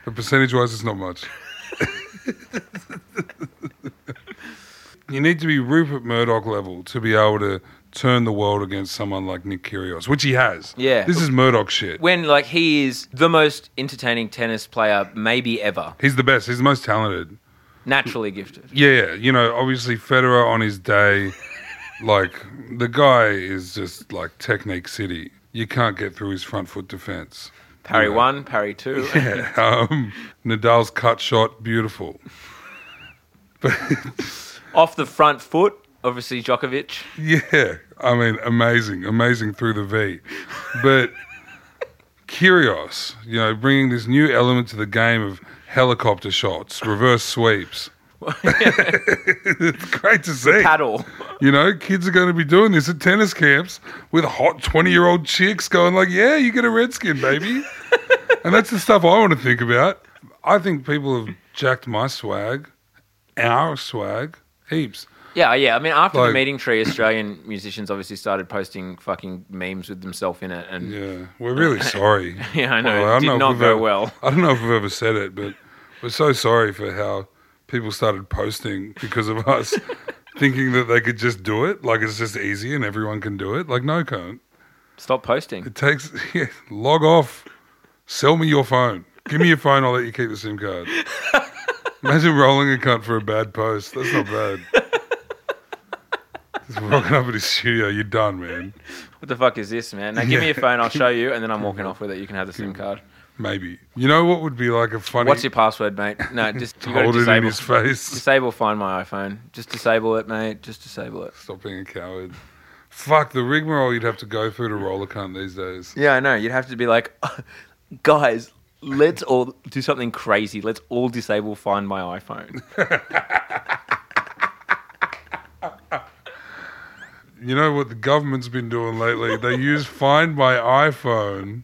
S2: But percentage wise, it's not much. you need to be Rupert Murdoch level to be able to turn the world against someone like Nick Kyrgios, which he has.
S1: Yeah.
S2: This is Murdoch shit.
S1: When like he is the most entertaining tennis player maybe ever,
S2: He's the best. He's the most talented.
S1: naturally gifted.
S2: Yeah, you know, obviously Federer on his day, like the guy is just like technique city. You can't get through his front foot defense.
S1: Parry
S2: Yeah.
S1: one, parry two.
S2: Yeah, um, Nadal's cut shot, beautiful.
S1: Off the front foot, obviously Djokovic.
S2: Yeah, I mean, amazing, amazing through the V. But Kyrgios, you know, bringing this new element to the game of helicopter shots, reverse sweeps. it's great to see.
S1: paddle.
S2: You know, kids are going to be doing this at tennis camps with hot 20 year old chicks going, like, yeah, you get a redskin, baby. and that's the stuff I want to think about. I think people have jacked my swag, our swag, heaps.
S1: Yeah, yeah. I mean, after the
S2: Like-
S1: meeting tree, Australian musicians obviously started posting fucking memes with themselves in it, and
S2: Yeah, we're really sorry.
S1: Yeah, I know.
S2: Well,
S1: It did
S2: if
S1: not
S2: we've
S1: go
S2: ever-
S1: well.
S2: I don't know if we've ever said it, but we're so sorry for how people started posting because of us, thinking that they could just do it, like it's just easy and everyone can do it. Like, no, can't.
S1: stop posting.
S2: It takes yeah, log off. Sell me your phone. Give me your phone. I'll let you keep the SIM card. Imagine rolling a cunt for a bad post. That's not bad. Just walking up at his studio. You're done, man.
S1: What the fuck is this, man? Now give me your phone, I'll show you, and then I'm walking off with it. You can have the SIM card.
S2: Maybe. You know what would be like a funny.
S1: What's your password, mate? No, just you gotta
S2: hold it in
S1: disable.
S2: his face.
S1: Disable Find My iPhone. Just disable it, mate. Just disable it.
S2: Stop being a coward. Fuck the rigmarole you'd have to go through to roll a cunt these days.
S1: Yeah, I know. You'd have to be like, guys, let's all do something crazy. Let's all disable Find My iPhone.
S2: You know what the government's been doing lately? They use Find My iPhone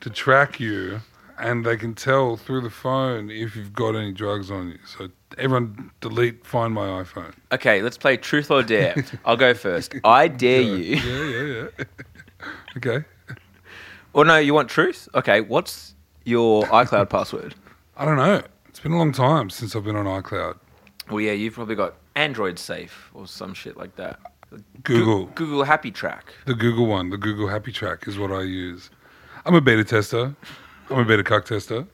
S2: to track you, and they can tell through the phone if you've got any drugs on you. So everyone, delete Find My iPhone.
S1: Okay, let's play Truth or Dare. I'll go first. I dare
S2: Yeah,
S1: you.
S2: yeah, yeah. Okay.
S1: Or Oh, no, you want truth? Okay, what's your iCloud password?
S2: I don't know. It's been a long time since I've been on iCloud.
S1: Well, yeah, you've probably got Android Safe or some shit like that.
S2: Google.
S1: Goo- Google Happy Track.
S2: The Google one, the Google Happy Track is what I use. I'm a beta tester. I'm a beta cuck tester.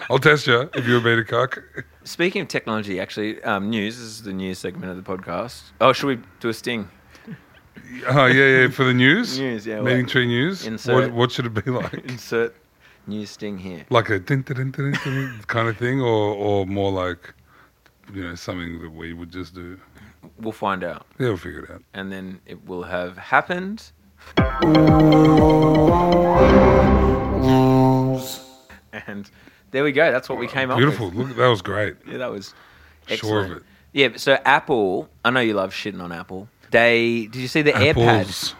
S2: I'll test you if you're a beta cuck.
S1: Speaking of technology, actually, um, news this is the news segment of the podcast. Oh, should we do a sting?
S2: Oh, yeah, yeah, for the news.
S1: News, yeah,
S2: Meeting
S1: well,
S2: tree news.
S1: insert-
S2: What, what should it be like?
S1: Insert news sting here.
S2: Like a din din din din din kind of thing, or, or more like, you know, something that we would just do?
S1: We'll find out.
S2: Yeah, we'll figure it out.
S1: And then it will have happened. And there we go. That's what we came up with.
S2: Beautiful. Look, that was great.
S1: Yeah, that was
S2: Sure
S1: excellent.
S2: of it.
S1: Yeah, but so Apple, I know you love shitting on Apple. They did you see the AirPods?
S2: Apples.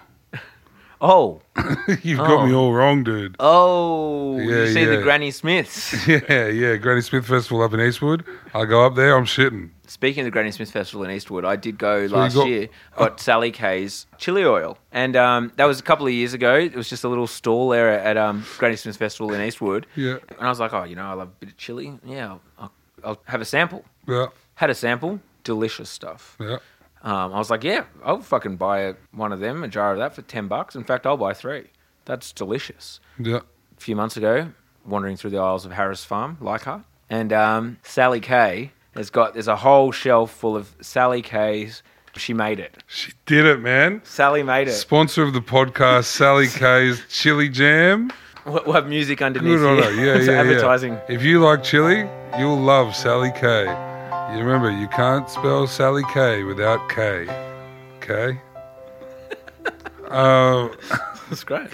S1: Oh,
S2: You've got
S1: Oh.
S2: me all wrong, dude.
S1: oh! Did you
S2: Yeah,
S1: see the
S2: yeah.
S1: Granny Smiths?
S2: Yeah, yeah. Granny Smith Festival up in Eastwood. I go up there, I'm shitting.
S1: Speaking of the Granny Smith Festival in Eastwood, I did go
S2: you
S1: last
S2: got-
S1: year. Got Sally K's chili oil, and um, that was a couple of years ago. It was just a little stall there at um, Granny Smith Festival in Eastwood,
S2: Yeah.
S1: and I was like, oh, you know, I love a bit of chili. Yeah, I'll, I'll, I'll have a sample.
S2: Yeah,
S1: Had a sample, delicious stuff.
S2: yeah.
S1: Um, I was like, yeah, I'll fucking buy a- one of them, a jar of that for 10 bucks. In fact, I'll buy three. That's delicious.
S2: Yeah.
S1: A few months ago, wandering through the aisles of Harris Farm, Leichhardt, and um, Sally Kay has got, there's a whole shelf full of Sally K's. She made it.
S2: She did it, man.
S1: Sally made it.
S2: Sponsor of the podcast, Sally K's Chili Jam.
S1: We'll we'll have music underneath
S2: Good on her.
S1: here.
S2: Yeah,
S1: It's
S2: yeah, yeah.
S1: advertising.
S2: If you like chili, you'll love Sally K. You remember, you can't spell Sally K without K. Okay? Uh,
S1: That's great.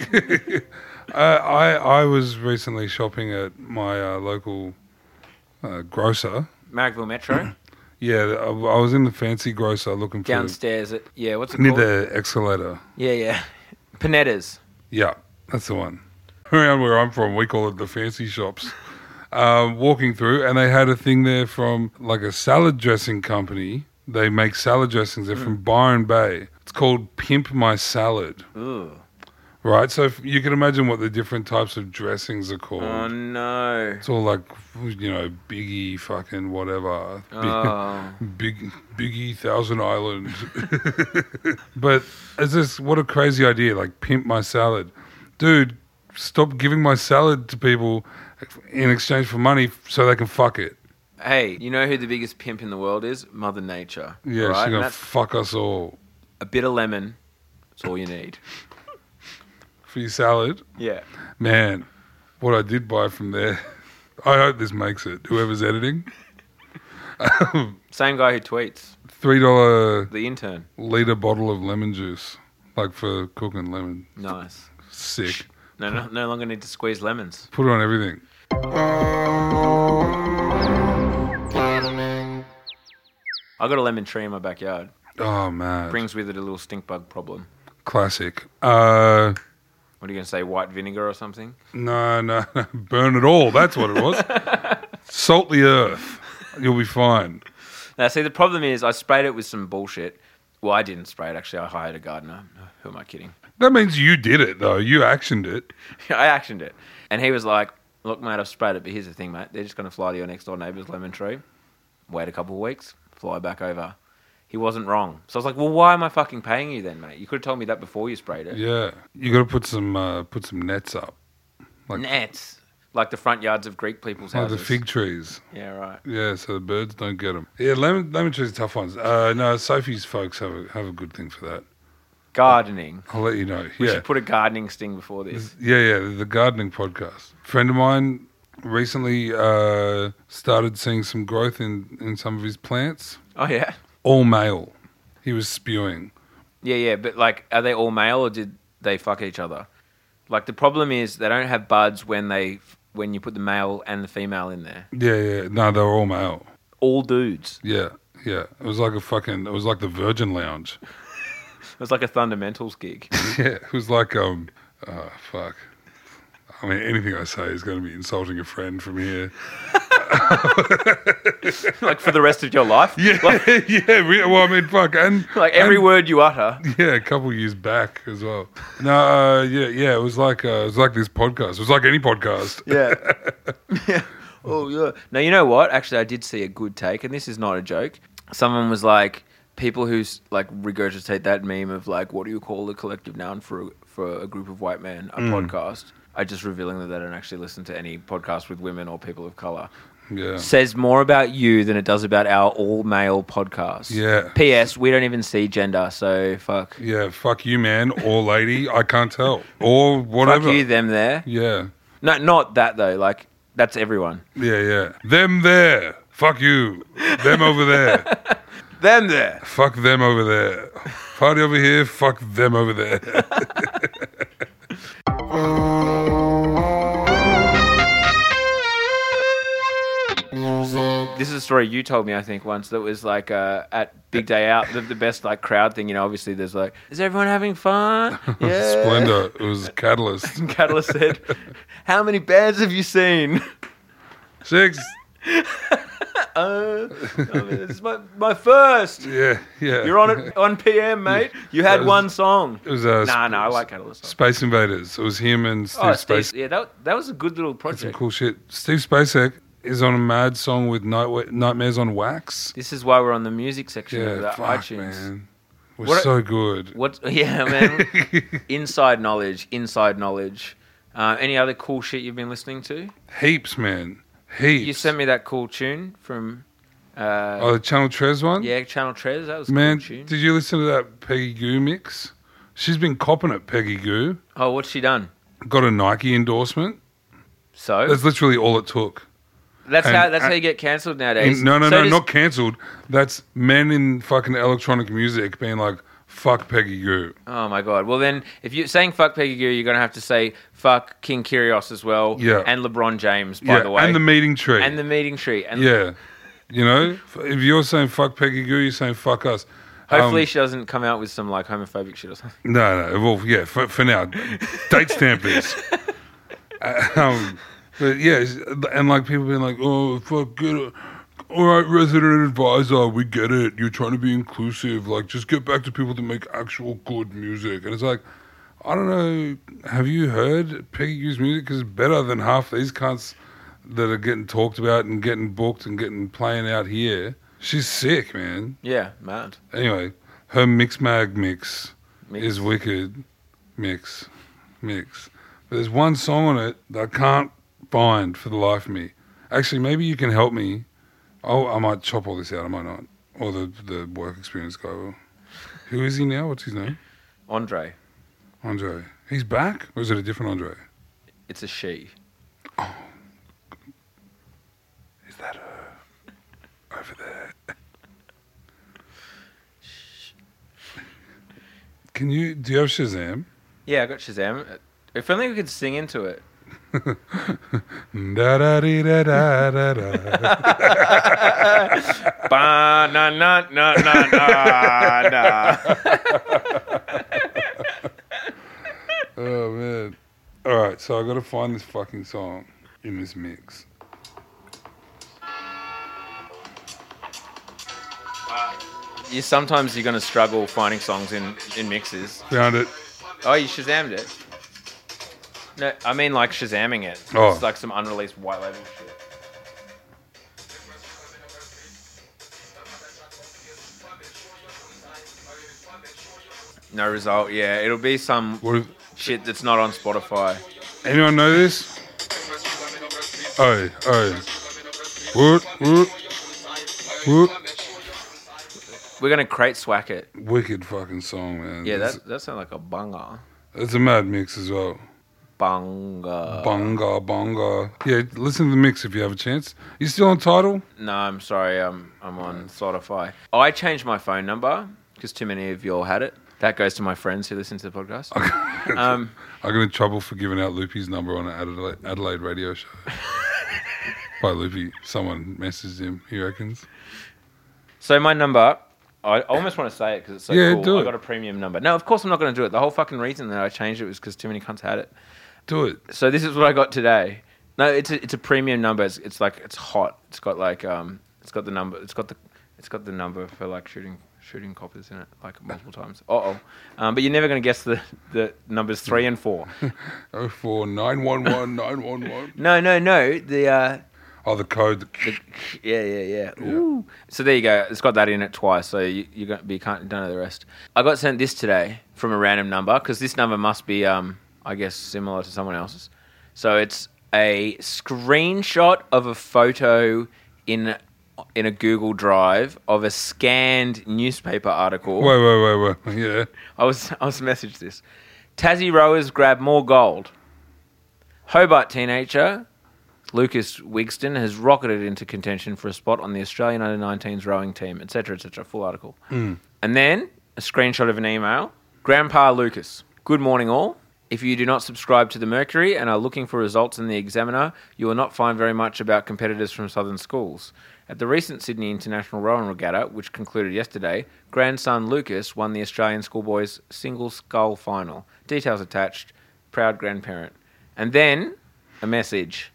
S2: I, I, I was recently shopping at my uh, local uh, grocer.
S1: Marrickville Metro,
S2: Yeah, I, I was in the fancy grocer looking for
S1: downstairs at, yeah, what's it
S2: near
S1: called?
S2: the escalator.
S1: Yeah, yeah. Panetta's.
S2: Yeah, that's the one. Around where I'm from, we call it the fancy shops. Uh, walking through, and they had a thing there from like a salad dressing company. They make salad dressings. They're from Byron Bay. It's called Pimp My Salad,
S1: Ooh.
S2: right? So if you can imagine what the different types of dressings are called.
S1: Oh, no.
S2: It's all like, you know, Biggie, fucking whatever. Big-
S1: Oh.
S2: Big Biggie Thousand Island. but it's just what a crazy idea, like pimp my salad. Dude, stop giving my salad to people in exchange for money so they can fuck it.
S1: Hey, you know who the biggest pimp in the world is? Mother Nature.
S2: Yeah,
S1: right?
S2: she's
S1: And
S2: gonna
S1: that's
S2: fuck us all.
S1: a bit of lemon. That's all you need.
S2: For your salad.
S1: Yeah.
S2: Man, what I did buy from there. I hope this makes it. Whoever's editing.
S1: Same guy who tweets.
S2: Three dollar
S1: The intern.
S2: liter bottle of lemon juice. Like for cooking lemon.
S1: Nice.
S2: Sick.
S1: No, no, no longer need to squeeze lemons.
S2: Put it on everything.
S1: I got a lemon tree in my backyard.
S2: Oh man.
S1: Brings with it a little stink bug problem.
S2: Classic. Uh
S1: What are you going to say? White vinegar or something?
S2: No, no, no. Burn it all. That's what it was. Salt the earth. You'll be fine.
S1: Now, see, the problem is I sprayed it with some bullshit. Well, I didn't spray it, actually. I hired a gardener. Who am I kidding?
S2: That means you did it, though. You actioned it.
S1: I actioned it. And he was like, Look, mate, I've sprayed it, but here's the thing, mate. They're just going to fly to your next door neighbour's lemon tree, wait a couple of weeks, fly back over. He wasn't wrong. So I was like, Well, why am I fucking paying you then, mate? You could have told me that before you sprayed it.
S2: Yeah. You got to put some uh, put some nets up, like-
S1: Nets. Like the front yards of Greek people's
S2: like the
S1: houses.
S2: fig trees.
S1: Yeah, right.
S2: Yeah, so the birds don't get them. Yeah, lemon, lemon trees are tough ones. Uh, no, Sophie's folks have a, have a good thing for that.
S1: Gardening.
S2: I'll let you know.
S1: We
S2: yeah. Mm.
S1: should put a gardening sting before this.
S2: Yeah, yeah, the gardening podcast. Friend of mine recently uh, started seeing some growth in, in some of his plants.
S1: Oh, yeah.
S2: All male. He was spewing.
S1: Yeah, yeah. But, like, are they all male or did they fuck each other? Like, the problem is they don't have buds when they. When you put the male and the female in there,
S2: Yeah, yeah. No, they were all male.
S1: all dudes.
S2: Yeah, yeah. It was like a fucking. It was like the Virgin Lounge.
S1: It was like a fundamentals gig.
S2: yeah, it was like um. Uh, fuck. I mean, anything I say is going to be insulting a friend from here.
S1: like for the rest of your life.
S2: Yeah,
S1: Like,
S2: yeah. re- Well, I mean, fuck, and
S1: like every
S2: and-
S1: word you utter.
S2: yeah, a couple years back as well. No, uh, yeah, yeah. It was like uh, it was like this podcast. It was like any podcast.
S1: Yeah. yeah. Oh yeah. Now you know what? Actually, I did see a good take, and this is not a joke. Someone was like, people who s- like regurgitate that meme of like, what do you call the collective noun for a, for a group of white men? A
S2: Mm.
S1: podcast. I just revealing that I don't actually listen to any podcast with women or people of color.
S2: Yeah,
S1: Says more about you than it does about our all male podcast.
S2: Yeah.
S1: P.S. We don't even see gender, so fuck.
S2: yeah. Fuck you, man, or lady. I can't tell, or whatever.
S1: Fuck you, them there.
S2: Yeah,
S1: No, not that though. Like that's everyone.
S2: yeah, yeah. Them there. Fuck you. Them over there.
S1: Them there.
S2: fuck them over there. Party over here. Fuck them over there.
S1: This is a story you told me, I think, once that was like uh, at Big Day Out, the, the best like crowd thing. You know, obviously there's like, is everyone having fun? Yeah.
S2: Splendor. It was Catalyst.
S1: Catalyst said, how many bands have you seen?
S2: Six.
S1: Uh, I mean, this is my, my first.
S2: Yeah, yeah.
S1: You're on it on PM, mate. You had one song.
S2: It was uh,
S1: Nah,
S2: Sp-
S1: nah, I like Catalyst. songs.
S2: Space Invaders. It was him and Steve
S1: Oh, Steve,
S2: Space.
S1: yeah, that, that was a good little
S2: Some
S1: project.
S2: cool shit. Steve Spacek is on a mad song with Night- Nightmares on Wax.
S1: This is why we're on the music section of
S2: Yeah,
S1: the
S2: fuck,
S1: iTunes.
S2: man. Was
S1: What a-
S2: so good.
S1: What? Yeah, man. inside knowledge. Inside knowledge. Uh, any other cool shit you've been listening to?
S2: Heaps, man. Heaps.
S1: You sent me that cool tune from. Uh,
S2: oh, the Channel Trez one?
S1: yeah, Channel Trez. That was a
S2: Man,
S1: cool tune.
S2: did you listen to that Peggy Goo mix? She's been copping it, Peggy Goo.
S1: oh, what's she done?
S2: Got a Nike endorsement.
S1: So that's,
S2: That's literally all it took. and-
S1: how that's how
S2: and-
S1: you get cancelled
S2: In-
S1: nowadays.
S2: no, no,
S1: So
S2: no,
S1: does-
S2: not cancelled. That's men in fucking electronic music being like, fuck Peggy Goo.
S1: Oh my god. Well, then if you're saying fuck Peggy Goo, you're gonna have to say fuck King Kyrgios as well.
S2: Yeah.
S1: And LeBron James, by
S2: yeah,
S1: the way.
S2: and the meeting tree.
S1: and the meeting tree. And
S2: Yeah. You know, f- if you're saying fuck Peggy Goo, you're saying fuck us.
S1: hopefully
S2: Um,
S1: she doesn't come out with some like homophobic shit or something.
S2: no, no. Well, yeah, for, for now. Date stamp this. um, but yeah, it's- and like people being like, oh, fuck, get it. All right, resident advisor, we get it. You're trying to be inclusive. Like, just get back to people that make actual good music. And it's like, I don't know. Have you heard Peggy Goo's music? Is better than half these cunts that are getting talked about and getting booked and getting playing out here. She's sick, man.
S1: Yeah, mad.
S2: Anyway, her mix mag mix,
S1: Mix.
S2: is wicked. Mix, mix. But there's one song on it that I can't find for the life of me. Actually, maybe you can help me. Oh, I might chop all this out. I might not. Or the the work experience guy will. Who is he now? What's his name?
S1: Andre,
S2: Andre. He's back, or is it a different Andre?
S1: it's a she.
S2: Is that her over there? Can you do you have Shazam?
S1: Yeah, I got Shazam. If only we could sing into it.
S2: Da da dee da da da da.
S1: Ba na na na na na na.
S2: Oh man! All right, so I got to find this fucking song in this mix.
S1: You sometimes you're gonna struggle finding songs in in mixes.
S2: Found it.
S1: Oh, you Shazammed it. No, I mean like Shazamming it.
S2: Oh.
S1: It's like some unreleased white label shit. No result. Yeah, it'll be some
S2: What? If,
S1: shit that's not on Spotify.
S2: anyone know this? Oh, oh. What? What? What?
S1: We're gonna crate swack it.
S2: Wicked fucking song, man.
S1: Yeah,
S2: It's-
S1: that that sounds like a banger.
S2: it's a mad mix as well.
S1: Banger.
S2: Bonga, bonga. Yeah, listen to the mix if you have a chance. You still on title?
S1: No, I'm sorry. Um, I'm on Spotify. Oh, I changed my phone number because too many of y'all had it. That goes to my friends who listen to the podcast. Um,
S2: I got in trouble for giving out Loopy's number on an Adelaide, Adelaide radio show. By Loopy, someone messaged him. He reckons.
S1: so my number, I almost want to say it because it's so
S2: Yeah,
S1: cool.
S2: do
S1: I
S2: it.
S1: got a premium number. No, of course I'm not going to do it. The whole fucking reason that I changed it was because too many cunts had it.
S2: Do it.
S1: So this is what I got today. No, it's a, it's a premium number. It's, it's like it's hot. It's got like um, it's got the number. It's got the it's got the number for like shooting shooting coppers in it like multiple times. Uh oh, um, but you're never gonna guess the the numbers three and four.
S2: Oh four nine one one nine one one.
S1: No, no, no. The uh,
S2: Oh, the code.
S1: yeah, yeah, yeah. Ooh. So there you go. It's got that in it twice. So you, you're gonna be you can't don't know the rest. I got sent this today from a random number because this number must be um, I guess similar to someone else's. So it's a screenshot of a photo in in a Google Drive of a scanned newspaper article.
S2: Wait, wait, wait, wait. Yeah.
S1: I was I was messaged this. Tassie rowers grab more gold. Hobart teenager Lucas Wigston has rocketed into contention for a spot on the Australian under 19s rowing team, etc., etc. Full article. And then a screenshot of an email. Grandpa Lucas, good morning all. If you do not subscribe to the Mercury and are looking for results in the Examiner, you will not find very much about competitors from southern schools. At the recent Sydney International Rowing Regatta, which concluded yesterday, grandson Lucas won the Australian Schoolboys Single Scull Final. Details attached. Proud grandparent. And then a message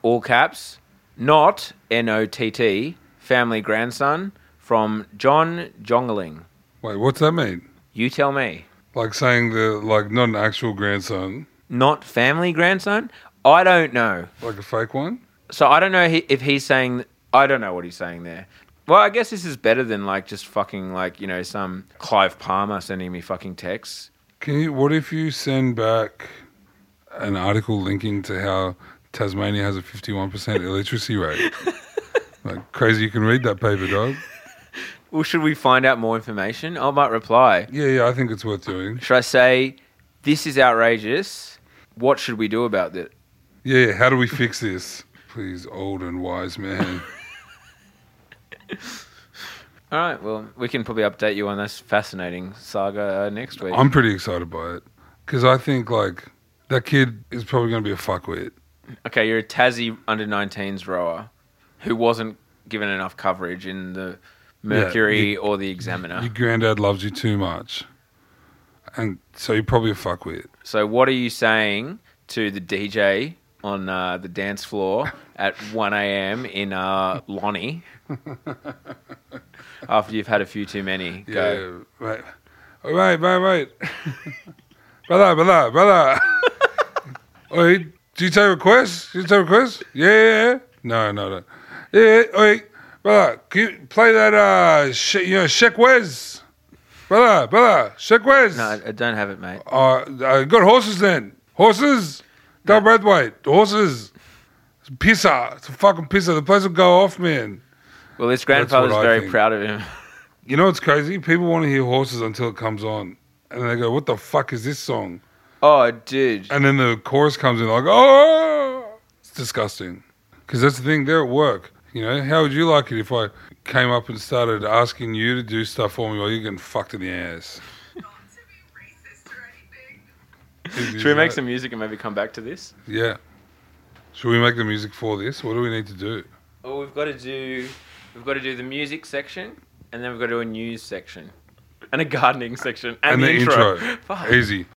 S1: all caps, not N O T T, family grandson from John Jongling.
S2: Wait, what's that mean?
S1: You tell me.
S2: Like saying the like not an actual grandson,
S1: Not family grandson? I don't know.
S2: like a fake one.
S1: So I don't know he- if he's saying, I don't know what he's saying there. Well, I guess this is better than like just fucking like, you know, some Clive Palmer sending me fucking texts.
S2: Can you? What if you send back an article linking to how Tasmania has a fifty-one percent illiteracy rate? like crazy, you can read that paper, dog.
S1: Well, should we find out more information? I might reply.
S2: Yeah, yeah. I think it's worth doing.
S1: Should I say, this is outrageous? What should we do about it?
S2: Yeah, yeah. How do we fix this? Please, old and wise man.
S1: All right. Well, we can probably update you on this fascinating saga uh, next week.
S2: I'm pretty excited by it because I think like that kid is probably going to be a fuckwit.
S1: okay, you're a Tassie under 19s rower who wasn't given enough coverage in the Mercury
S2: you-
S1: or the Examiner.
S2: Your granddad loves you too much, and so you're probably a fuckwit.
S1: so, what are you saying to the DJ on uh, the dance floor at 1 a.m. in uh, Lonnie after you've had a few too many? Go.
S2: Yeah, right. All right, right, right. brother, brother, brother. Oi, do you take requests? Do you take requests? Yeah, yeah, yeah. No, no, no. Yeah, yeah, oi, brother, can you play that, uh, she, you know, Sheck Wes? Brother, brother, Sheck Wes.
S1: No, I I don't have it, mate.
S2: Uh, uh, good horses then. Horses. Don't breath white. Horses. It's a pisser. It's a fucking pisser. The place will go off, man.
S1: Well, his grandfather's
S2: what I
S1: very
S2: think.
S1: proud of him.
S2: You know what's crazy? People want to hear horses until it comes on. And they go, what the fuck is this song?
S1: oh, dude.
S2: And then the chorus comes in, like, oh, it's disgusting. Because that's the thing, they're at work. You know, how would you like it if I came up and started asking you to do stuff for me while you're getting fucked in the ass?
S3: Not to be racist or anything.
S1: Should we make some music and maybe come back to this?
S2: Yeah. Should we make the music for this? What do we need to do?
S1: Well, we've got to do we've got to do the music section, and then we've got to do a news section, and a gardening section, and, the, intro. Fuck.
S2: Easy.